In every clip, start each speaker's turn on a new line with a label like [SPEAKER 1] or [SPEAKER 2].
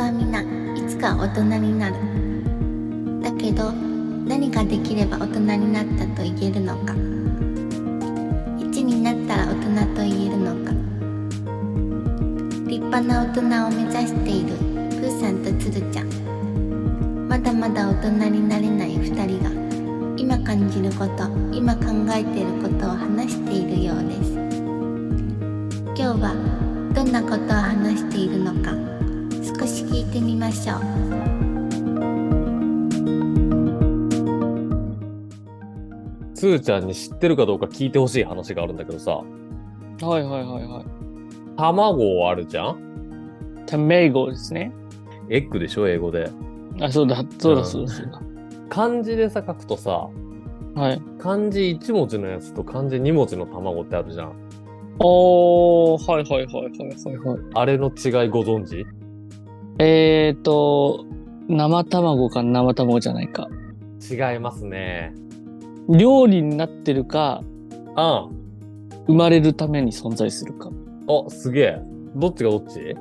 [SPEAKER 1] はみんないつか大人になるだけど何ができれば大人になったと言えるのか1になったら大人と言えるのか立派な大人を目指しているプーさんとつるちゃんまだまだ大人になれない2人が今感じること今考えていることを話しているようです今日はどんなことを話しているのか少し聞いてみましょう
[SPEAKER 2] つーちゃんに知ってるかどうか聞いてほしい話があるんだけどさ
[SPEAKER 3] はいはいはいはい。
[SPEAKER 2] 卵あるじゃん
[SPEAKER 3] タメイゴですね。
[SPEAKER 2] エッグでしょ英語で
[SPEAKER 3] あ、そうだ、そう
[SPEAKER 2] う
[SPEAKER 3] だ、
[SPEAKER 2] ん
[SPEAKER 3] そうだ、そう
[SPEAKER 2] 漢字でさ書くとさ
[SPEAKER 3] だ。はい。
[SPEAKER 2] 漢字1文字のやつと漢字2文字の卵ってあるじゃん
[SPEAKER 3] おー、はいはいはいはいはいはい。
[SPEAKER 2] あれの違いご存知
[SPEAKER 3] えーと、生卵か生卵じゃないか。
[SPEAKER 2] 違いますね
[SPEAKER 3] 料理になってるか、
[SPEAKER 2] あん
[SPEAKER 3] 生まれるために存在するか。
[SPEAKER 2] あすげえどっちがどっち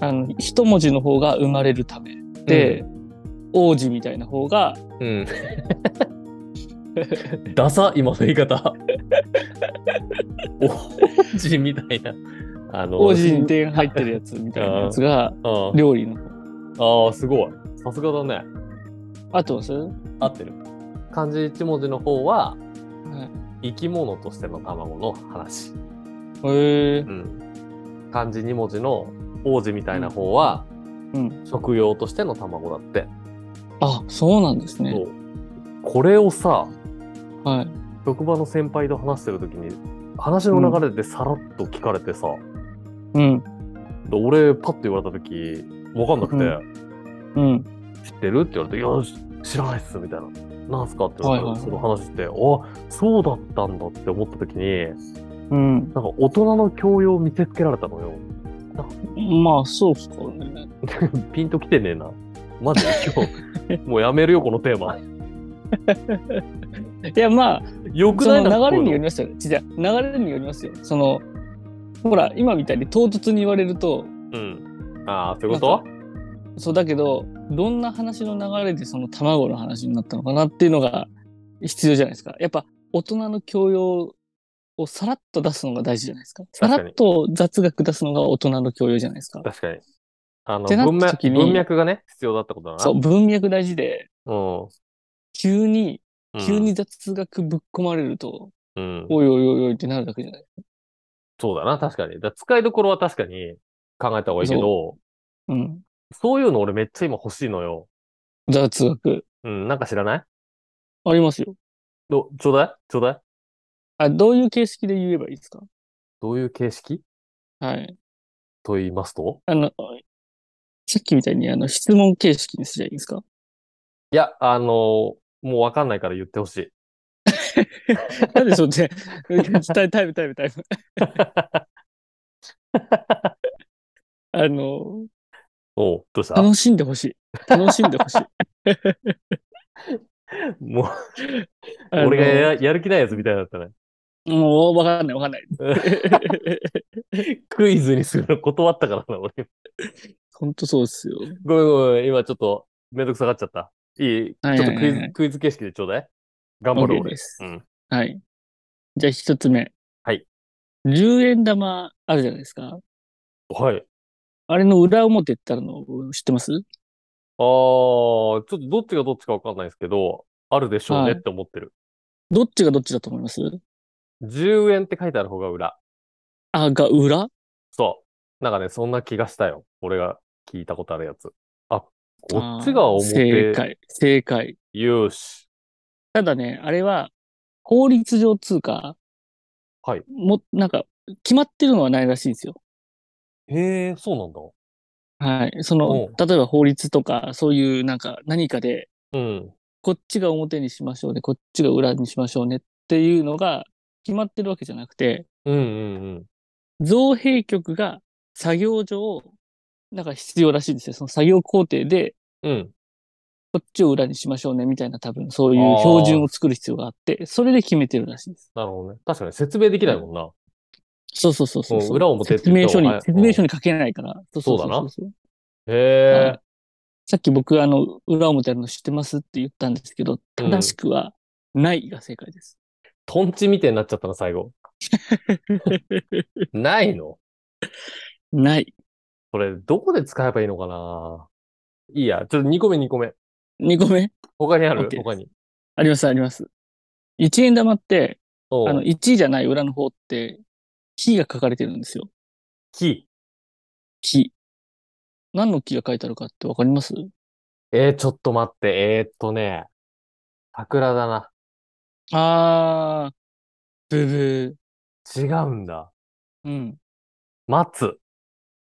[SPEAKER 3] あの、一文字の方が生まれるため。で、王子みたいな方が、
[SPEAKER 2] うん ダサ今の言い 方王子みたいなあの
[SPEAKER 3] 王子に点入ってるやつみたいなやつが、
[SPEAKER 2] うん
[SPEAKER 3] 料理の方。
[SPEAKER 2] ああすごいさすがだね
[SPEAKER 3] 合ってますは。
[SPEAKER 2] 合ってる漢字一文字の方はい生き物としての卵の話、
[SPEAKER 3] へえ。
[SPEAKER 2] 漢字二文字の王子みたいな方は、
[SPEAKER 3] うん。
[SPEAKER 2] 食用としての卵だって、
[SPEAKER 3] あ、そうなんです
[SPEAKER 2] そ
[SPEAKER 3] ね。
[SPEAKER 2] うこれをさ
[SPEAKER 3] はい。
[SPEAKER 2] 職場の先輩と話してる時に話の流れでさらっと聞かれてさ、
[SPEAKER 3] うん。
[SPEAKER 2] で俺パッと言われた時分かんなくて、
[SPEAKER 3] うん。
[SPEAKER 2] 知ってるって言われて「いやし知らないっす」みたいな「なんすか?」って言われて、
[SPEAKER 3] はいはい
[SPEAKER 2] その話して「あそうだったんだ」って思った時に
[SPEAKER 3] うん。
[SPEAKER 2] なんか大人の教養を見せつけられたのよ。
[SPEAKER 3] まあ、そうっすかね。
[SPEAKER 2] ピンときてねえな。マジで今日、もうやめるよ、このテー マ。
[SPEAKER 3] いや、まあ、
[SPEAKER 2] よく
[SPEAKER 3] そ
[SPEAKER 2] ないな
[SPEAKER 3] の流れ
[SPEAKER 2] こ
[SPEAKER 3] に
[SPEAKER 2] うい
[SPEAKER 3] よ
[SPEAKER 2] う
[SPEAKER 3] り
[SPEAKER 2] の
[SPEAKER 3] ますよね。じゃあ流れによりますよ。その、ほら、今みたいに唐突に言われると、
[SPEAKER 2] うん。ああ、そういうこと
[SPEAKER 3] そうだけど、どんな話の流れでその卵の話になったのかなっていうのが必要じゃないですか。やっぱ、大人の教養をさらっと出すのが大事じゃないですか。さ
[SPEAKER 2] 確かに
[SPEAKER 3] らっと雑学出すのが大人の教養じゃないですか。
[SPEAKER 2] 確かに。あの
[SPEAKER 3] ってなった
[SPEAKER 2] 文脈、
[SPEAKER 3] 時に
[SPEAKER 2] 文脈がね、必要だったことだな。
[SPEAKER 3] そう、文脈大事で、
[SPEAKER 2] う
[SPEAKER 3] 急に、
[SPEAKER 2] ん。うん。
[SPEAKER 3] 急に雑学ぶっ込まれると、
[SPEAKER 2] うん。
[SPEAKER 3] おいおいおいおいってなるだけじゃない。
[SPEAKER 2] そうだな、確かに。だから使いどころは確かに考えた方がいいけど、
[SPEAKER 3] うん。
[SPEAKER 2] そういうの俺めっちゃ今欲しいのよ。
[SPEAKER 3] 雑学。
[SPEAKER 2] うん、なんか知らない
[SPEAKER 3] ありますよ。
[SPEAKER 2] ど、ちょうだいちょうだい
[SPEAKER 3] あ、どういう形式で言えばいいですか
[SPEAKER 2] どういう形式
[SPEAKER 3] はい。
[SPEAKER 2] と言いますと
[SPEAKER 3] あの、さっきみたいにあの質問形式にすりゃいいんですか
[SPEAKER 2] いや、あのもうわかんないから言ってほしい。
[SPEAKER 3] なんでそっち、タイムタイムタイムタイム。あの、
[SPEAKER 2] おう、どうした
[SPEAKER 3] 楽しんでほしい。楽しんでほしい。
[SPEAKER 2] もう、
[SPEAKER 3] あの
[SPEAKER 2] 俺がややる気ないやつみたいだったね。
[SPEAKER 3] もうわかんないわかんない。
[SPEAKER 2] クイズにするの断ったからな、俺。
[SPEAKER 3] ほんとそうっすよ。
[SPEAKER 2] ごめんごめん、今ちょっとめんどくさがっちゃった。いい
[SPEAKER 3] はい
[SPEAKER 2] ちょっとクイ
[SPEAKER 3] はいはいは
[SPEAKER 2] ズ、クイズ形式でちょうだい。頑張る
[SPEAKER 3] OK
[SPEAKER 2] 俺
[SPEAKER 3] で。す
[SPEAKER 2] うん。
[SPEAKER 3] はい。じゃあ一つ目。
[SPEAKER 2] はい。
[SPEAKER 3] 10円玉あるじゃないですか。
[SPEAKER 2] はい。
[SPEAKER 3] あれの裏表ってあるの知ってます
[SPEAKER 2] あー、ちょっとどっちがどっちかわかんないですけど、あるでしょうね
[SPEAKER 3] はい
[SPEAKER 2] って思ってる。
[SPEAKER 3] どっちがどっちだと思います
[SPEAKER 2] 10円って書いてある方が裏。
[SPEAKER 3] あ、が裏
[SPEAKER 2] そう。なんかね、そんな気がしたよ。俺が聞いたことあるやつ。あ、こっちが
[SPEAKER 3] 正
[SPEAKER 2] 表。
[SPEAKER 3] 解、正解。
[SPEAKER 2] よし。
[SPEAKER 3] ただね、あれは、法律上通貨、
[SPEAKER 2] はい。
[SPEAKER 3] も、なんか、決まってるのはないらしいんですよ。
[SPEAKER 2] へえ、そうなんだ。
[SPEAKER 3] はい。その
[SPEAKER 2] おう、
[SPEAKER 3] 例えば法律とか、そういうなんか、何かで、
[SPEAKER 2] うん。
[SPEAKER 3] こっちが表にしましょうね、こっちが裏にしましょうねっていうのが決まってるわけじゃなくて、
[SPEAKER 2] うんうんうん。
[SPEAKER 3] 造幣局が作業上、なんか必要らしいんですよ。その作業工程で、
[SPEAKER 2] うん。
[SPEAKER 3] こっちを裏にしましょうね、みたいな多分そういう標準を作る必要があって、それで決めてるらしいです。
[SPEAKER 2] なるほどね。確かに説明できないもんな。
[SPEAKER 3] そうそうそうそう
[SPEAKER 2] うん裏表って
[SPEAKER 3] 説明書に
[SPEAKER 2] 言、った方
[SPEAKER 3] 説
[SPEAKER 2] が
[SPEAKER 3] 明書に書けないから。そう
[SPEAKER 2] そうだな
[SPEAKER 3] そう
[SPEAKER 2] へえ。
[SPEAKER 3] さっき僕、あの、裏表あるの知ってますって言ったんですけ
[SPEAKER 2] う
[SPEAKER 3] ど、
[SPEAKER 2] ん
[SPEAKER 3] 正しくは、ないが正解です。
[SPEAKER 2] トンチみてえになっちゃったな、 最後。ないの
[SPEAKER 3] ない。
[SPEAKER 2] これ、どこで使えばいいのかないいや、ちょっと2個目、2個目。
[SPEAKER 3] 2個目
[SPEAKER 2] 他にある
[SPEAKER 3] OK です
[SPEAKER 2] 他に。
[SPEAKER 3] あります、あります。1円玉って、
[SPEAKER 2] お
[SPEAKER 3] あ
[SPEAKER 2] う
[SPEAKER 3] の、。1じゃない裏の方って、木が書かれてるんですよ。
[SPEAKER 2] 木。
[SPEAKER 3] 木。何の木が書いてあるかってわかります
[SPEAKER 2] えー、ちょっと待って。えー、っとね。桜だな。
[SPEAKER 3] あー、ブブ
[SPEAKER 2] 違うんだ。
[SPEAKER 3] ー。うん。
[SPEAKER 2] 松。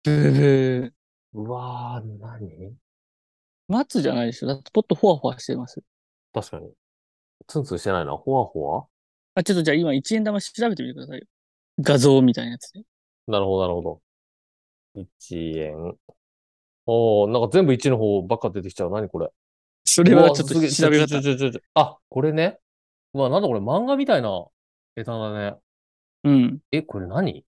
[SPEAKER 3] ブブー。
[SPEAKER 2] うわー、何
[SPEAKER 3] 松じゃないでしょ。だってポッとほわほわしてます。
[SPEAKER 2] 確かに。ツンツンしてないな。ほわほわ
[SPEAKER 3] あ、ちょっとじゃあ今1円玉調べてみてくださいよ。画像みたいなやつで。
[SPEAKER 2] なるほど、なるほど。1円。おー、なんか全部1の方ばっか出てきちゃう。何これ。
[SPEAKER 3] そ
[SPEAKER 2] こ
[SPEAKER 3] れはちょっと調べ方。
[SPEAKER 2] あ、これね。うわ、なんだこれ、漫画みたいな枝だね。
[SPEAKER 3] うん。
[SPEAKER 2] え、これ何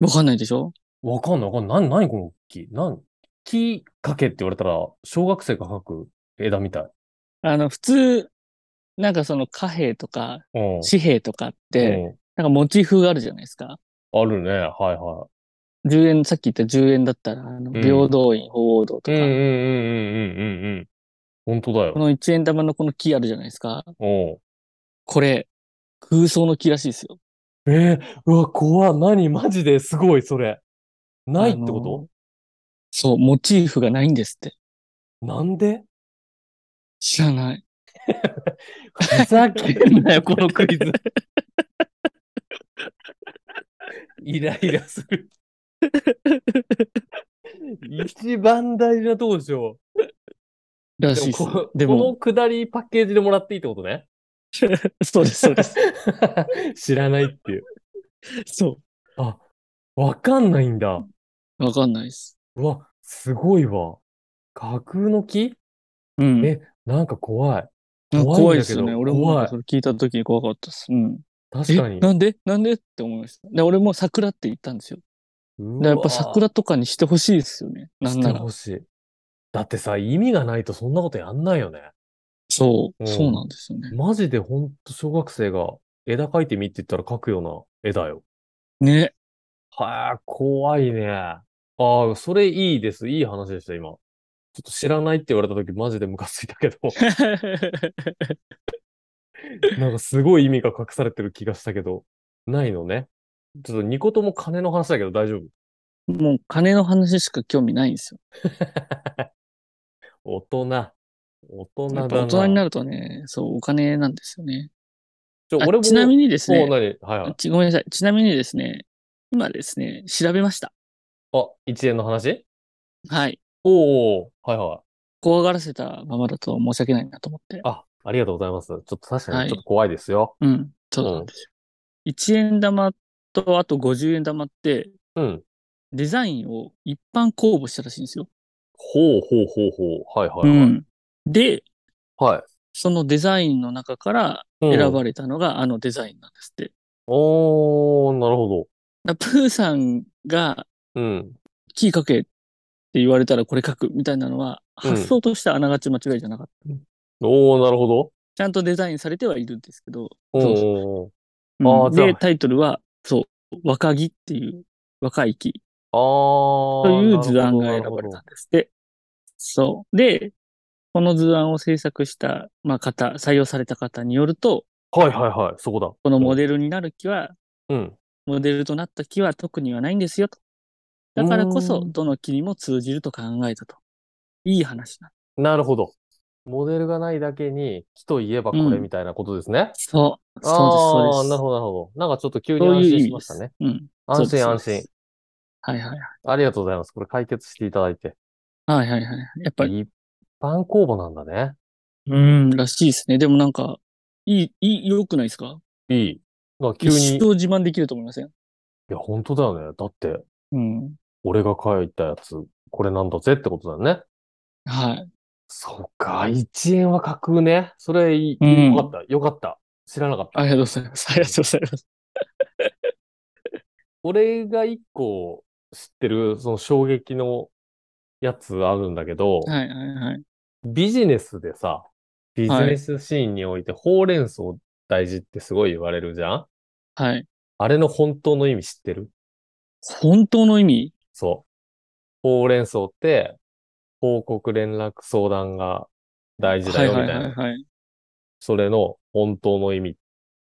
[SPEAKER 3] わかんないでしょ
[SPEAKER 2] わかんない、わかんない。何、何この木。何木かけって言われたら、小学生が描く枝みたい。
[SPEAKER 3] あの、普通、なんかその貨幣とか
[SPEAKER 2] うん。
[SPEAKER 3] 紙幣とかって、なんかモチーフがあるじゃないですか。
[SPEAKER 2] うん、あるね。はいは
[SPEAKER 3] 10円、さっき言った10円だったら、あの、
[SPEAKER 2] うん
[SPEAKER 3] 平等院、鳳凰堂
[SPEAKER 2] い。
[SPEAKER 3] と
[SPEAKER 2] うん
[SPEAKER 3] か、
[SPEAKER 2] うんうんうんうんうんうん。本当だ
[SPEAKER 3] こ
[SPEAKER 2] よ。
[SPEAKER 3] の1円玉のこの木あるじゃないですか。
[SPEAKER 2] うん。
[SPEAKER 3] これ、空想の木らしいですよ。
[SPEAKER 2] えー、うわ、怖っ。何マジですごい、それ。ないって
[SPEAKER 3] あ
[SPEAKER 2] こ
[SPEAKER 3] のそう、モチーフがないんですって。
[SPEAKER 2] となんで
[SPEAKER 3] 知らない。
[SPEAKER 2] ふざけんなよ、このクイズ。イライラする。一番大事なとこでしょ。
[SPEAKER 3] ら
[SPEAKER 2] でも
[SPEAKER 3] しいです。
[SPEAKER 2] こ
[SPEAKER 3] で
[SPEAKER 2] こ
[SPEAKER 3] も、
[SPEAKER 2] のくだりパッケージでもらっていいってことね。
[SPEAKER 3] そうです、そうです。
[SPEAKER 2] 知らないっていう。
[SPEAKER 3] そ
[SPEAKER 2] わかんないんだ。
[SPEAKER 3] う。わかんないです。
[SPEAKER 2] うわ、すごいわ。架空の木
[SPEAKER 3] うん。
[SPEAKER 2] えなんか怖い。
[SPEAKER 3] なんか怖いですよね。
[SPEAKER 2] 怖
[SPEAKER 3] 俺
[SPEAKER 2] いんだけど
[SPEAKER 3] もな
[SPEAKER 2] 怖
[SPEAKER 3] んか
[SPEAKER 2] い
[SPEAKER 3] それ聞いた時に怖かったです。うん。
[SPEAKER 2] 確か
[SPEAKER 3] え、
[SPEAKER 2] に。
[SPEAKER 3] なんでなんでって思いました。で、俺も桜って言ったんですよ。だからやっぱ
[SPEAKER 2] っ
[SPEAKER 3] 桜とかにしてほしいですよね。なん
[SPEAKER 2] して
[SPEAKER 3] なら
[SPEAKER 2] ほ。しい。だってさ、意味がないとそんなことやんないよね。
[SPEAKER 3] そうう。
[SPEAKER 2] ん
[SPEAKER 3] そうなんですよね。
[SPEAKER 2] マジでほんと小学生が枝描いてみって言ったら描くような絵だよ。
[SPEAKER 3] ね。
[SPEAKER 2] はあ、怖いね。ああ、それいいです。いい話でした、今。ちょっと知らないって言われた時マジでムカついた けど、なんかすごい意味が隠されてる気がしたけど、ないのね。ちょっと2個とも金の話だけど大丈夫。
[SPEAKER 3] もう金の話しか興味ないんですよ。
[SPEAKER 2] 大人。大人だ
[SPEAKER 3] や
[SPEAKER 2] な
[SPEAKER 3] っ。ぱ大人になるとね、そう、お金なんですよね。
[SPEAKER 2] ちょ
[SPEAKER 3] あ
[SPEAKER 2] 俺も
[SPEAKER 3] ちなみにです
[SPEAKER 2] お
[SPEAKER 3] ね
[SPEAKER 2] う、何はいはい。
[SPEAKER 3] ちごめんなさい。ちなみにですね、今ですね、調べました。
[SPEAKER 2] あ、1円の話
[SPEAKER 3] はい。
[SPEAKER 2] おうおうはいはい。
[SPEAKER 3] 怖がらせたままだと申し訳ないなと思って。
[SPEAKER 2] あ、ありがとうございます。ちょっと確か
[SPEAKER 3] は
[SPEAKER 2] に
[SPEAKER 3] い
[SPEAKER 2] ちょっと怖いですよ。
[SPEAKER 3] うん。そうなんですよ。1円玉と、あと50円玉って、
[SPEAKER 2] うん。
[SPEAKER 3] デザインを一般公募したらしいんですよ。
[SPEAKER 2] ほうほうほうほう。はいはいはい。
[SPEAKER 3] うんで、
[SPEAKER 2] はい。
[SPEAKER 3] そのデザインの中から
[SPEAKER 2] うん
[SPEAKER 3] 選ばれたのがあのデザインなんですって。
[SPEAKER 2] おー、なるほ
[SPEAKER 3] だからプーさんが
[SPEAKER 2] ど。うん。
[SPEAKER 3] キー書けって言われたらこれ書くみたいなのは、
[SPEAKER 2] うん
[SPEAKER 3] 発想としてはあながち間違いじゃなかった。
[SPEAKER 2] おー、なるほど。
[SPEAKER 3] ちゃんとデザインされてはいるんですけど。
[SPEAKER 2] お
[SPEAKER 3] そう
[SPEAKER 2] ー
[SPEAKER 3] そう
[SPEAKER 2] お
[SPEAKER 3] うん
[SPEAKER 2] あーじゃあ
[SPEAKER 3] で、タイトルは、そう、若木っていう、若い木
[SPEAKER 2] ー。あー。
[SPEAKER 3] という図案が
[SPEAKER 2] なる
[SPEAKER 3] 選ばれ
[SPEAKER 2] ほど
[SPEAKER 3] たんですって。そう。で、この図案を制作した、まあ、方、採用された方によると、
[SPEAKER 2] はいはいはい。そこだ。
[SPEAKER 3] このモデルになる木は、
[SPEAKER 2] うん。
[SPEAKER 3] モデルとなった木は特にはないんですよと。だからこそ、
[SPEAKER 2] うん
[SPEAKER 3] どの木にも通じると考えたと。いい話な。
[SPEAKER 2] なるほど。モデルがないだけに、木といえばこれみたいなことですね。
[SPEAKER 3] そう。
[SPEAKER 2] あ
[SPEAKER 3] そうです、そう
[SPEAKER 2] ー
[SPEAKER 3] です。
[SPEAKER 2] なるほど、なるほど。なんかちょっと急に
[SPEAKER 3] そう
[SPEAKER 2] 安
[SPEAKER 3] いう
[SPEAKER 2] 心
[SPEAKER 3] 意
[SPEAKER 2] し
[SPEAKER 3] 味
[SPEAKER 2] ま
[SPEAKER 3] で
[SPEAKER 2] し
[SPEAKER 3] す。
[SPEAKER 2] たね。
[SPEAKER 3] うん。そう
[SPEAKER 2] 安
[SPEAKER 3] です
[SPEAKER 2] 心、安心。。
[SPEAKER 3] そうですはいはい
[SPEAKER 2] ありがとうございます。これ解決していただいて。
[SPEAKER 3] はい。はいはいはい。やっぱり、
[SPEAKER 2] 一般公募なんだね。
[SPEAKER 3] うん、らしいですね。でもなんか、いい、いい、良くないですか
[SPEAKER 2] いい。なんか急に。
[SPEAKER 3] 一生自慢できると思いません
[SPEAKER 2] いや、本当だよね。だって、
[SPEAKER 3] うん。
[SPEAKER 2] 俺が書いたやつ、これなんだぜってことだよね。
[SPEAKER 3] はい。
[SPEAKER 2] そうか、1円は架空ね。それいい、
[SPEAKER 3] うん
[SPEAKER 2] よかった、よかった。知らなかった。
[SPEAKER 3] ありがとうござい ます。ありがとうございます。
[SPEAKER 2] 俺が一個知ってる、その衝撃のやつあるんだけど、
[SPEAKER 3] はいはいはい。
[SPEAKER 2] ビジネスでさ、ビジネスシーンにおいてほうれん草大事ってすごい言われるじゃん
[SPEAKER 3] はい。
[SPEAKER 2] あれの本当の意味知ってる
[SPEAKER 3] 本当の意味
[SPEAKER 2] そう。ほうれん草って、報告連絡相談が大事だ
[SPEAKER 3] はい
[SPEAKER 2] よみ
[SPEAKER 3] は
[SPEAKER 2] たい
[SPEAKER 3] い
[SPEAKER 2] な。
[SPEAKER 3] はいはい。
[SPEAKER 2] それの本当の意味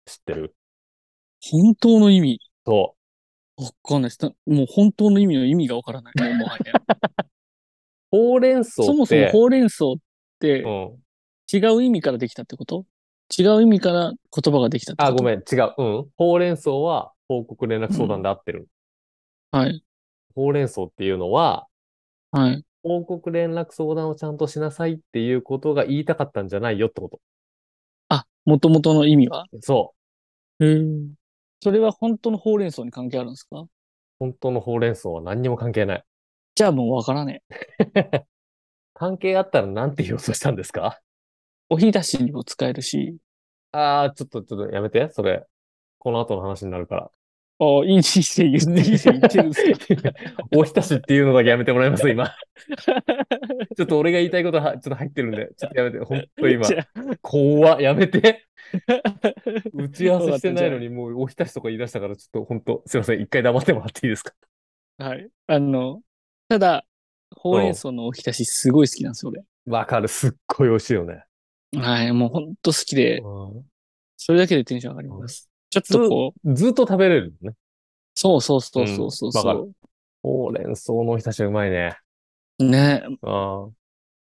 [SPEAKER 2] 知ってる
[SPEAKER 3] 本当の意味
[SPEAKER 2] そ
[SPEAKER 3] わかんないです。なもう本当の意味の意味がわか らない。もうもはや
[SPEAKER 2] う。ほうれん草って、
[SPEAKER 3] そもそもほうれん草って
[SPEAKER 2] うん。
[SPEAKER 3] 違う意味からできたってこと違う意味から言葉ができたってこと
[SPEAKER 2] あ、ごめん、違う。うん。ほうれん草は報告連絡相談で合ってる。
[SPEAKER 3] はい。
[SPEAKER 2] ほうれん草っていうのは、
[SPEAKER 3] はい。
[SPEAKER 2] 報告連絡相談をちゃんとしなさいっていうことが言いたかったんじゃないよってこと。
[SPEAKER 3] あ、もともとの意味は
[SPEAKER 2] そう。
[SPEAKER 3] へそれは本当のほうれん草に関係あるんですか
[SPEAKER 2] 本当のほうれん草は何にも関係ない。
[SPEAKER 3] じゃあもうわからねえ。
[SPEAKER 2] 関係あったらなんて言おうとしたんですか
[SPEAKER 3] おひだしにも使えるし。
[SPEAKER 2] あー、ちょっと、ちょっとやめて、それ。この後の話になるから。
[SPEAKER 3] ああ、いい人生言っていい人生言ってるんですか
[SPEAKER 2] おひたしっていうのだけやめてもらいます、 今。ちょっと俺が言いたいことは、ちょっと入ってるんで、ちょっとやめて、ほんと今
[SPEAKER 3] じ。ゃ
[SPEAKER 2] 怖っ、やめ て。
[SPEAKER 3] あ
[SPEAKER 2] 打ち合わせしてないのに、もうおひたしとか言い出したから、ちょっとほんと、すいません、一回黙ってもらっていいですか
[SPEAKER 3] はい。あ の、ただ、ほうれん草のおひたしすごい好きなんですよ、
[SPEAKER 2] わかる、すっごい美味しいよね。
[SPEAKER 3] 俺。はい、もうほんと好きで、それだけでテンション上がります。ちょっとこう、
[SPEAKER 2] ずっと食べれるのね。
[SPEAKER 3] そうそうそうそうそう
[SPEAKER 2] うんわか
[SPEAKER 3] そ
[SPEAKER 2] ほうれん草のおひたしうまいね。
[SPEAKER 3] う。ね
[SPEAKER 2] あ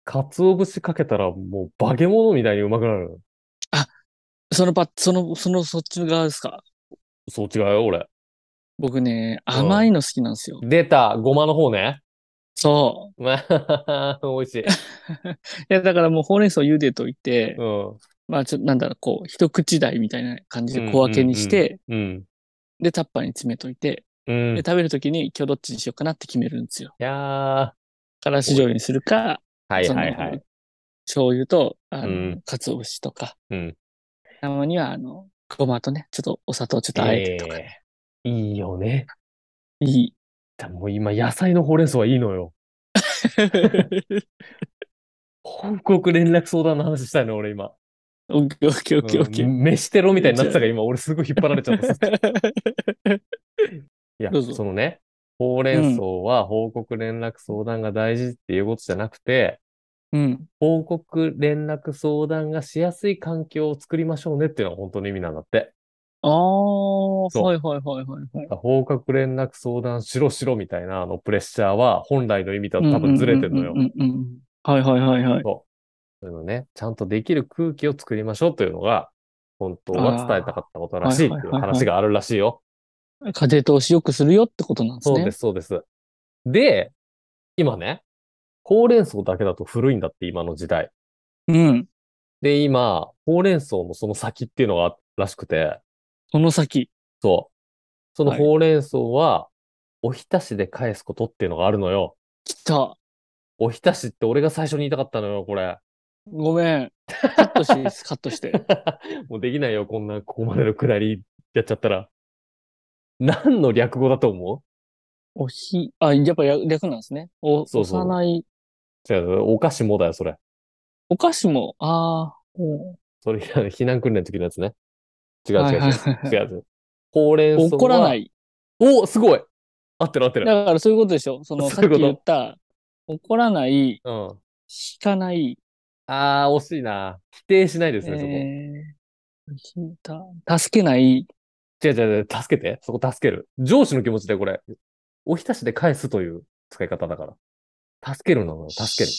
[SPEAKER 2] かつお節かけたら、もう化け物みたいにうまくなる。
[SPEAKER 3] そのパその、その、そっちの側ですか。
[SPEAKER 2] そう違うよ、俺。
[SPEAKER 3] 僕ね、甘いの好きなんですよ。
[SPEAKER 2] 出た、ごまの方ね。
[SPEAKER 3] そ
[SPEAKER 2] まあ、美味しい。
[SPEAKER 3] う。いや、だからもうほうれん草茹でといて
[SPEAKER 2] う、ん。
[SPEAKER 3] まあちょっとなんだろう、こう、一口大みたいな感じで小分けにして、
[SPEAKER 2] うん。
[SPEAKER 3] で、タッパーに詰めといて、
[SPEAKER 2] うん。
[SPEAKER 3] で、
[SPEAKER 2] い
[SPEAKER 3] 食べるときに今日どっちにしようかなって決めるんですよ。
[SPEAKER 2] やー。は
[SPEAKER 3] からし醤油にするか、
[SPEAKER 2] い
[SPEAKER 3] その
[SPEAKER 2] はいはい。
[SPEAKER 3] 醤油と、あの、
[SPEAKER 2] うん
[SPEAKER 3] 鰹節とか、
[SPEAKER 2] うん。
[SPEAKER 3] たまには、あの、ごまとね、ちょっとお砂糖ちょっとあえてとか、
[SPEAKER 2] えーいいよね。
[SPEAKER 3] いい。
[SPEAKER 2] でもう今、野菜のほうれん草はいいのよ。報告連絡相談の話したいの、俺今。
[SPEAKER 3] オッケーオッケーオッケーオッケー。
[SPEAKER 2] うん飯テロみたいになってたから、今、俺すごい引っ張られちゃった。 いや
[SPEAKER 3] どう、ぞ
[SPEAKER 2] そのね、ほうれん草は報告連絡相談が大事っていうことじゃなくて、
[SPEAKER 3] うん。
[SPEAKER 2] 報告連絡相談がしやすい環境を作りましょうねっていうのは本当の意味なんだって。
[SPEAKER 3] あ
[SPEAKER 2] そ
[SPEAKER 3] ー、
[SPEAKER 2] う
[SPEAKER 3] はいはいはいはいはい。
[SPEAKER 2] 報告連絡相談しろしろみたいなあのプレッシャーは本来の意味とは多分ずれてるのよ
[SPEAKER 3] う。んうんうんうんうんはいはいはいはい。
[SPEAKER 2] そういうのね、ちゃんとできる空気を作りましょうというのが、本当は伝えたかったことらしいっていう
[SPEAKER 3] あーはいはいはいはい
[SPEAKER 2] 話があるらしいよ。
[SPEAKER 3] 家庭投資よくするよってことなんですね。
[SPEAKER 2] そうです、そうです。で、今ね、ほうれん草だけだと古いんだって、今の時代。
[SPEAKER 3] うん。
[SPEAKER 2] で、今、ほうれん草のその先っていうのがあったらしくて、
[SPEAKER 3] その先。
[SPEAKER 2] そう。その
[SPEAKER 3] はい
[SPEAKER 2] ほうれん草は、おひたしで返すことっていうのがあるのよ。
[SPEAKER 3] 来た。
[SPEAKER 2] おひたしって俺が最初に言いたかったのよ、これ。
[SPEAKER 3] ごめん。カットしていいです、カットして。
[SPEAKER 2] もうできないよ、こんな、ここまでのくだりやっちゃったら。何の略語だと思
[SPEAKER 3] おひ、あ、やっぱや略なんですね。お、
[SPEAKER 2] そうそう
[SPEAKER 3] 幼い。
[SPEAKER 2] う違う、お菓子もだよ、それ。
[SPEAKER 3] お菓子も、ああ、お
[SPEAKER 2] それ、 避難訓練の時のやつね。違う
[SPEAKER 3] はい
[SPEAKER 2] 違う
[SPEAKER 3] はい
[SPEAKER 2] 違
[SPEAKER 3] は
[SPEAKER 2] う。違う違う。ほうれん
[SPEAKER 3] い
[SPEAKER 2] 草は。。
[SPEAKER 3] 怒らないい。
[SPEAKER 2] おすごい合ってる合ってる。
[SPEAKER 3] だからそういうことでしょ。その、
[SPEAKER 2] そ
[SPEAKER 3] さ
[SPEAKER 2] うい
[SPEAKER 3] っ
[SPEAKER 2] うこ
[SPEAKER 3] き
[SPEAKER 2] と
[SPEAKER 3] 言った、怒らない、
[SPEAKER 2] うん。
[SPEAKER 3] 引かない、
[SPEAKER 2] あー、惜しいな。否定しないですね、そこ。
[SPEAKER 3] えー引いた、助けない、
[SPEAKER 2] 違う違う違う、助けて。そこ助ける。上司の気持ちでこれ。おひたしで返すという使い方だから。助けるのよ、助ける。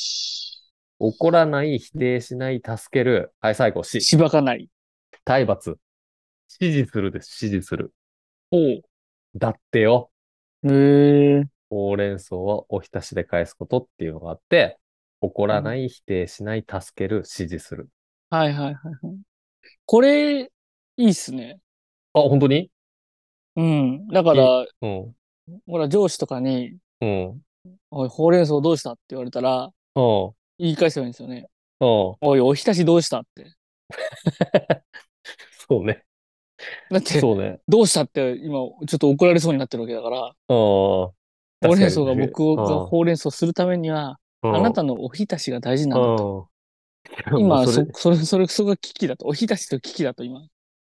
[SPEAKER 2] 怒らない、否定しない、助ける。はい、最後、し、
[SPEAKER 3] しばかない。
[SPEAKER 2] 体罰。指示するです、指示する。
[SPEAKER 3] おう。
[SPEAKER 2] だってよ、
[SPEAKER 3] へえ。
[SPEAKER 2] ほうれん草はおひたしで返すことっていうのがあって、怒らない、否定しない、助ける、指示する。
[SPEAKER 3] はいはいはいはい。これ、いいっすね。
[SPEAKER 2] あ、本当に
[SPEAKER 3] うん。だから、
[SPEAKER 2] うん。
[SPEAKER 3] ほら、上司とかに、
[SPEAKER 2] うん。うん。
[SPEAKER 3] おい、ほうれん草どうしたって言われたら、 言い返せばいいんですよね。
[SPEAKER 2] うん。
[SPEAKER 3] おい、おひたしどうしたって。
[SPEAKER 2] そうね。
[SPEAKER 3] だって、
[SPEAKER 2] そうね。
[SPEAKER 3] どうしたって今、ちょっと怒られそうになってるわけだから、
[SPEAKER 2] うん。
[SPEAKER 3] ほうれん草
[SPEAKER 2] 確
[SPEAKER 3] が
[SPEAKER 2] かに
[SPEAKER 3] 僕が
[SPEAKER 2] うん
[SPEAKER 3] ほうれん草するためには、
[SPEAKER 2] あ
[SPEAKER 3] あなたのおひたしが大事なんだと。
[SPEAKER 2] の、今
[SPEAKER 3] 今、
[SPEAKER 2] そ
[SPEAKER 3] そ
[SPEAKER 2] れ、
[SPEAKER 3] それ、それ、それが危機だと。おひたしと危機だと、今。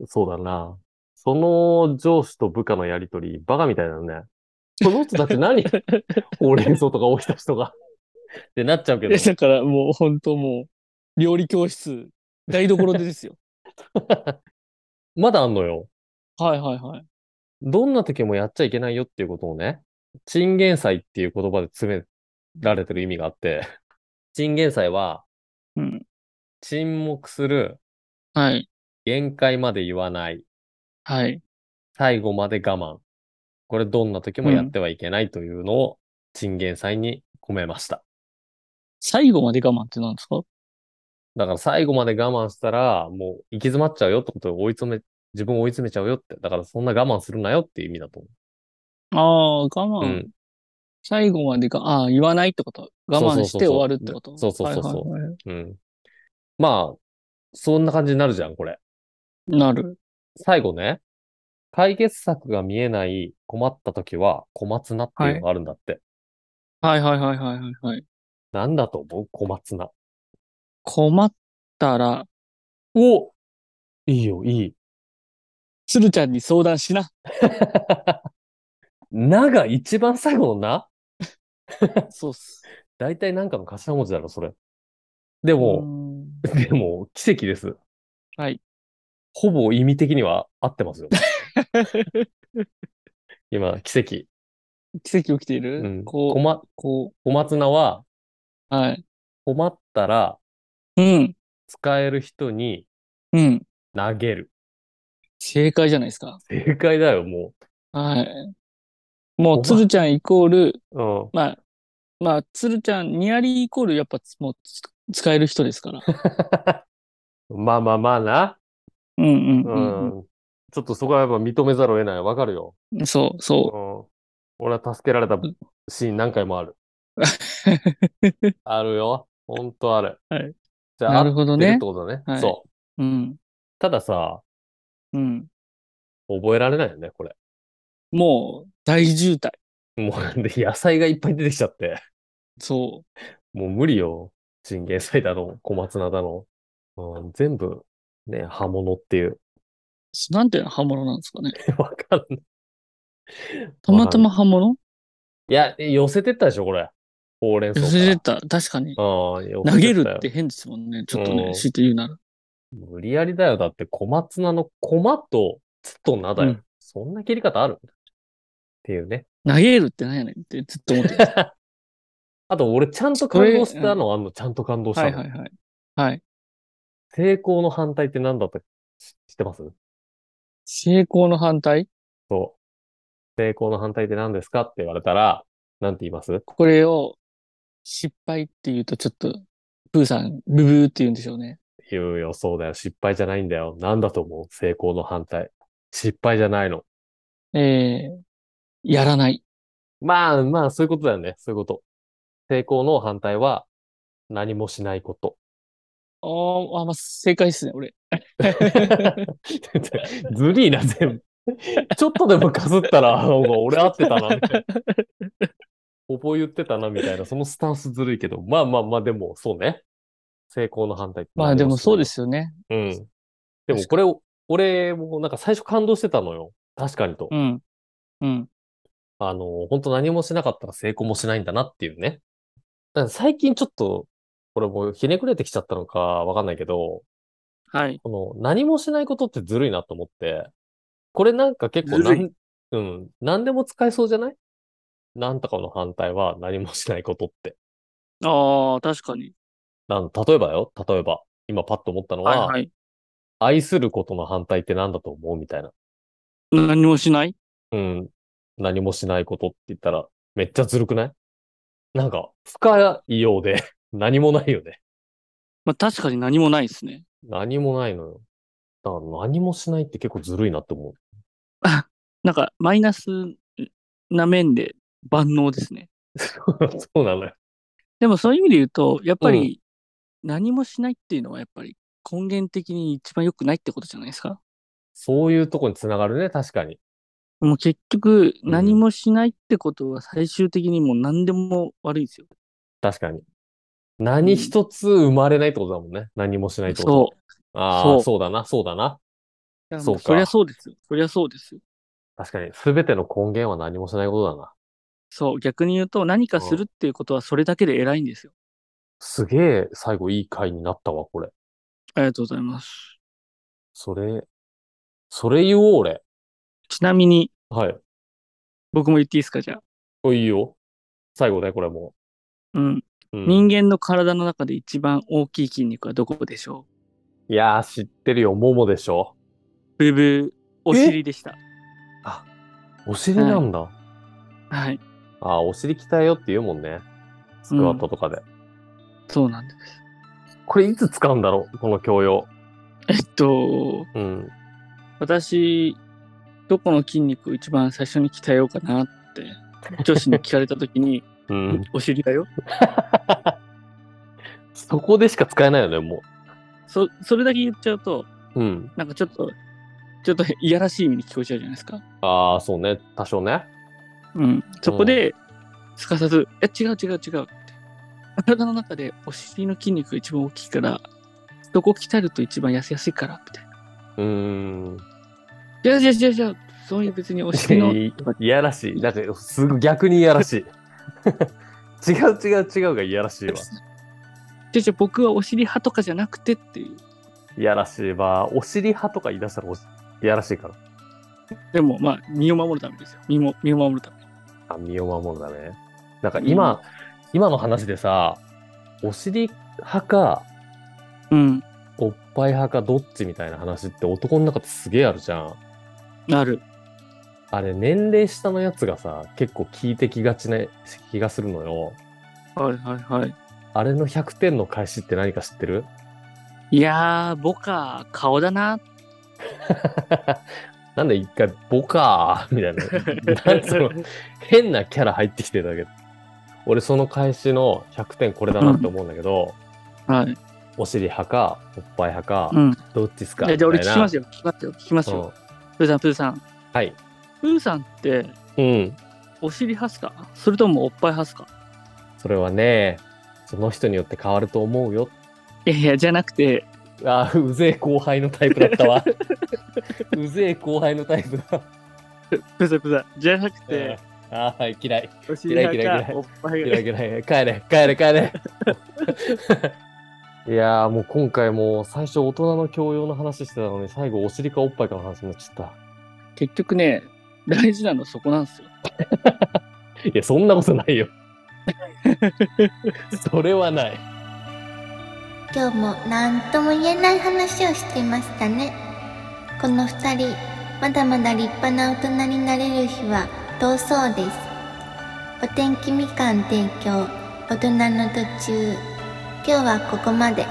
[SPEAKER 2] そうだな。その上司と部下のやりとり、バカみたいだね。この人たち何ほうれん草とかおひたしとか。ってなっちゃうけ
[SPEAKER 3] い
[SPEAKER 2] ど
[SPEAKER 3] や、。だからもう本当もう、料理教室、台所でですよ。
[SPEAKER 2] まだあんのよ。
[SPEAKER 3] はいはいはい。
[SPEAKER 2] どんな時もやっちゃいけないよっていうことをね、チンゲン菜っていう言葉で詰められてる意味があって、チンゲン菜は
[SPEAKER 3] うん。
[SPEAKER 2] 沈黙する、
[SPEAKER 3] はい。
[SPEAKER 2] 限界まで言わない、
[SPEAKER 3] はい。
[SPEAKER 2] 最後まで我慢。これどんな時もやってはいけないというのをチンゲン菜に込めました。
[SPEAKER 3] 最後まで我慢ってなんですか
[SPEAKER 2] だから最後まで我慢したら、もう行き詰まっちゃうよってことを追い詰め、自分を追い詰めちゃうよって。だからそんな我慢するなよっていう意味だと思
[SPEAKER 3] ああ、我慢。
[SPEAKER 2] う。うん。
[SPEAKER 3] 最後までが、ああ、言わないってこと。我慢して終わるってこと。
[SPEAKER 2] そうそうそうそうそうそうそう
[SPEAKER 3] はいはいは
[SPEAKER 2] うん。まあ、そんな感じになるじゃん、これ。
[SPEAKER 3] いなる。
[SPEAKER 2] 最後ね、解決策が見えない困った時は小松菜っていうのがあるんだって。
[SPEAKER 3] はいはいはいはいはいはい。
[SPEAKER 2] なんだと思う小松菜。
[SPEAKER 3] 困ったら、
[SPEAKER 2] おいいよ、いい。
[SPEAKER 3] 鶴ちゃんに相談しな。
[SPEAKER 2] なが一番最後のな
[SPEAKER 3] そうっす。
[SPEAKER 2] 大体なんかの頭文字だろ、それ。でも、
[SPEAKER 3] も
[SPEAKER 2] でも、奇跡です。
[SPEAKER 3] はい。
[SPEAKER 2] ほぼ意味的には合って ますよ。今、奇跡。
[SPEAKER 3] 奇跡起きている、
[SPEAKER 2] うん。
[SPEAKER 3] こ
[SPEAKER 2] 小
[SPEAKER 3] う、
[SPEAKER 2] ま
[SPEAKER 3] こ
[SPEAKER 2] 小松菜は、
[SPEAKER 3] う。はい。
[SPEAKER 2] 困ったら
[SPEAKER 3] うん。
[SPEAKER 2] 使える人に
[SPEAKER 3] うん。
[SPEAKER 2] 投げる。
[SPEAKER 3] 正解じゃないですか。
[SPEAKER 2] 正解だよ、も
[SPEAKER 3] はい。もう、鶴ちゃんイコール、
[SPEAKER 2] う。うん。
[SPEAKER 3] まあ、まあ、鶴ちゃん、ニアリーイコール、やっぱ、もう、つ使える人で すから。
[SPEAKER 2] まあまあまあな。
[SPEAKER 3] うんうん
[SPEAKER 2] う
[SPEAKER 3] うん
[SPEAKER 2] ん。ちょっとそこはやっぱ認めざるを得ない。わかるよ。
[SPEAKER 3] うん。そう、そ
[SPEAKER 2] うん。俺は助けられた
[SPEAKER 3] ん
[SPEAKER 2] シーン何回もある。あるよ。ほんとある。
[SPEAKER 3] はい。
[SPEAKER 2] じ
[SPEAKER 3] う。
[SPEAKER 2] ゃあ、
[SPEAKER 3] なるほど
[SPEAKER 2] 合ってるっ
[SPEAKER 3] ね
[SPEAKER 2] て。ことだね。
[SPEAKER 3] はい
[SPEAKER 2] そう。
[SPEAKER 3] うん。
[SPEAKER 2] たださ、
[SPEAKER 3] うん。
[SPEAKER 2] 覚えられないよね、これ。
[SPEAKER 3] もう、大渋滞。
[SPEAKER 2] もう、で、野菜がいっぱい出てきちゃって。
[SPEAKER 3] そ
[SPEAKER 2] もう無理よ。チンゲン菜だの、小松菜だの。うん、全部、ね、刃物っていう。
[SPEAKER 3] う。なんていうの刃物なんですかね。
[SPEAKER 2] わかんない。
[SPEAKER 3] たまたま刃物
[SPEAKER 2] いや、寄せてったでしょ、これ。ほうれん草
[SPEAKER 3] 寄
[SPEAKER 2] から。
[SPEAKER 3] せてった。確かに。
[SPEAKER 2] ああ、よく
[SPEAKER 3] 投げる
[SPEAKER 2] 言っ
[SPEAKER 3] っ
[SPEAKER 2] た
[SPEAKER 3] て
[SPEAKER 2] よ。
[SPEAKER 3] 変ですもんね。ちょっと
[SPEAKER 2] うん
[SPEAKER 3] ね、強いて言うなら。
[SPEAKER 2] 無理やりだよ。だって、小松菜の小松とつとなだよ。
[SPEAKER 3] うん
[SPEAKER 2] そんな切り方あるっていうね。
[SPEAKER 3] 投げるってなんやねんってずっと思ってた。
[SPEAKER 2] あと、俺、ちゃんと感動したの、あんの、ちゃんと感動した
[SPEAKER 3] は
[SPEAKER 2] の。
[SPEAKER 3] いはいはい。はい。
[SPEAKER 2] 成功の反対って何だったか知知ってます
[SPEAKER 3] 成功の反対
[SPEAKER 2] そう。成功の反対って何ですかって言われたら、なんて言います
[SPEAKER 3] これを失敗って言うとちょっと、プーさん、ブブーって言うんでしょうね。
[SPEAKER 2] 言うよ、そうだよ。失敗じゃないんだよ。なんだと思う成功の反対。失敗じゃないの。
[SPEAKER 3] えー、やらない。
[SPEAKER 2] まあまあ、そういうことだよね。そういうこと。成功の反対は、何もしないこと。
[SPEAKER 3] あーあ、まあ、正解ですね、俺。
[SPEAKER 2] ずりーな、全部。ちょっとでもかすったら、なんか俺合ってたな、みたいな。ほぼ言ってたな、みたいな。そのスタンスずるいけど。まあまあまあ、でも、そうね。成功の反対って。
[SPEAKER 3] まあでもそうですすよね。
[SPEAKER 2] うん。でもこれを、俺もなんか最初感動してたのよ。確かにと。
[SPEAKER 3] うん。うん。
[SPEAKER 2] あの、本当何もしなかったら成功もしないんだなっていうね。だから最近ちょっと、これもうひねくれてきちゃったのかわかんないけど、
[SPEAKER 3] はい。
[SPEAKER 2] この何もしないことってずるいなと思って、これなんか結構
[SPEAKER 3] ず
[SPEAKER 2] な
[SPEAKER 3] るい
[SPEAKER 2] ん、うん、何でも使えそうじゃないなんとかの反対は何もしないことって。
[SPEAKER 3] ああ、確かに。
[SPEAKER 2] なん例えばよ、例えば、今パッと思ったのは、
[SPEAKER 3] い。
[SPEAKER 2] 愛することの反対って何だと思うみたいな。
[SPEAKER 3] 何もしない
[SPEAKER 2] うん、何もしないことって言ったら、めっちゃずるくないなんか、深いようで、 何もないよね。
[SPEAKER 3] まあ確かに何もないですね。
[SPEAKER 2] 何もないのよ。だから何もしないって結構ずるいなって思う。
[SPEAKER 3] なんか、マイナスな面で万能ですね。
[SPEAKER 2] そうなのよ。
[SPEAKER 3] でもそういう意味で言うと、やっぱ
[SPEAKER 2] う
[SPEAKER 3] り何もしないっていうのはやっぱり根源的に一番良くないってことじゃないですか。
[SPEAKER 2] そういうとこにつながるね、確かに。
[SPEAKER 3] もう結局、何もしないってことは最終的にもう何でも悪いですよ。
[SPEAKER 2] 確かに。何一つ生まれないってことだもんね。何もしないってこと。
[SPEAKER 3] そ
[SPEAKER 2] う。
[SPEAKER 3] う。
[SPEAKER 2] あ
[SPEAKER 3] そ
[SPEAKER 2] あ、
[SPEAKER 3] う
[SPEAKER 2] そうだな、そうだな。
[SPEAKER 3] いや
[SPEAKER 2] そうか
[SPEAKER 3] そりゃそうですよ。そりゃそうですよ。
[SPEAKER 2] 確かに、すべての根源は何もしないことだな。
[SPEAKER 3] そう、逆に言うと何かするっていうことはそれだけで偉いんですよ。
[SPEAKER 2] すげえ、最後いい回になったわ、これ。
[SPEAKER 3] ありがとうございます。
[SPEAKER 2] それ、それ言おう、俺。
[SPEAKER 3] ちなみに、
[SPEAKER 2] はい。
[SPEAKER 3] 僕も言っていいですか、じゃあ。
[SPEAKER 2] おいいよ。最後ね、これも
[SPEAKER 3] うん。
[SPEAKER 2] う。うん、
[SPEAKER 3] 人間の体の中で一番大きい筋肉はどこでしょ
[SPEAKER 2] いやー、知ってるよ、ももでしょ。
[SPEAKER 3] うブーブー、お尻でした。
[SPEAKER 2] お尻なんだ。
[SPEAKER 3] はい。
[SPEAKER 2] ああ、お尻鍛えようって言うもんね。スクワットとかで。
[SPEAKER 3] そうなんです。
[SPEAKER 2] これいつ使うんだろうこの教養。
[SPEAKER 3] えっと、
[SPEAKER 2] うん。
[SPEAKER 3] 私、どこの筋肉を一番最初に鍛えようかなって、女子に聞かれたときに、
[SPEAKER 2] うん。
[SPEAKER 3] お尻だよ。
[SPEAKER 2] そこでしか使えないよね、も
[SPEAKER 3] そ、それだけ言っちゃうと、
[SPEAKER 2] う。うん。
[SPEAKER 3] なんかちょっと、ちょっといやらしい意味に聞こえちゃうじゃないですか。
[SPEAKER 2] ああ、そうね。多少ね。
[SPEAKER 3] うん。そこで、すかさず、え、違う違う違うって。体の中でお尻の筋肉が一番大きいから、そこ鍛えると一番痩せやすいから、みたいな。
[SPEAKER 2] うーん。
[SPEAKER 3] いやいやいやいや、そういう別にお尻 の、
[SPEAKER 2] いやらしい。だって、すぐ逆にいやらしい。違 う違う違うがいやらし いわ。
[SPEAKER 3] じゃじゃ僕はお尻派とかじゃなくてっていう。
[SPEAKER 2] いやらしいわ。お尻派とか言い出したらおしいやらしいから。
[SPEAKER 3] でも、まあ、身を守るためですよ。身も、身を守るため。
[SPEAKER 2] あ、身を守るだね。なんか今、今の話でさ、お尻派か、
[SPEAKER 3] うん。
[SPEAKER 2] おっぱい派かどっちみたいな話って男の中ですげえあるじゃん。
[SPEAKER 3] なる。
[SPEAKER 2] あれ、年齢下のやつがさ、結構聞いてきがちな気がするのよ。
[SPEAKER 3] はいはいはい。
[SPEAKER 2] あれの100点の返しって何か知ってる
[SPEAKER 3] いやー、僕は顔だな。
[SPEAKER 2] なんで一回、ボカーみた いな。 なんその変なキャラ入ってきてたけど。俺、その返しの100点これだなって思うんだけど、
[SPEAKER 3] はい。
[SPEAKER 2] お尻派か、おっぱい派か、
[SPEAKER 3] うん。
[SPEAKER 2] どっちっすか
[SPEAKER 3] じゃあ、俺
[SPEAKER 2] み
[SPEAKER 3] 聞き
[SPEAKER 2] たいな
[SPEAKER 3] ますよ。聞きますよ。聞きますよ。プーさん、プーさん。
[SPEAKER 2] うんはい。
[SPEAKER 3] プーさんって、
[SPEAKER 2] うん。
[SPEAKER 3] お尻派っすかそれともおっぱい派っすか
[SPEAKER 2] それはね、その人によって変わると思うよ。
[SPEAKER 3] いやいや、じゃなくて、
[SPEAKER 2] あー、うぜえ後輩のタイプだったわ。うぜえ後輩のタイプだ。
[SPEAKER 3] プーさん、プーさん。じゃなくて、
[SPEAKER 2] あーはい、嫌い。
[SPEAKER 3] お尻派
[SPEAKER 2] 嫌い嫌い
[SPEAKER 3] か
[SPEAKER 2] 嫌い
[SPEAKER 3] おっぱい
[SPEAKER 2] 嫌
[SPEAKER 3] 派
[SPEAKER 2] い嫌い。帰れ、帰れ、帰れ。いやーもう今回もう最初大人の教養の話してたのに最後お尻かおっぱいかの話になっちゃっ
[SPEAKER 3] 結局ね、大事なのはそこなんですよ。
[SPEAKER 2] た。いや、そんなことないよ。それはない。
[SPEAKER 1] 今日も何とも言えない話をしていましたねこの2人まだまだ立派な大人になれる日は遠そうですお天気みかん提供大人の途中今日はここまで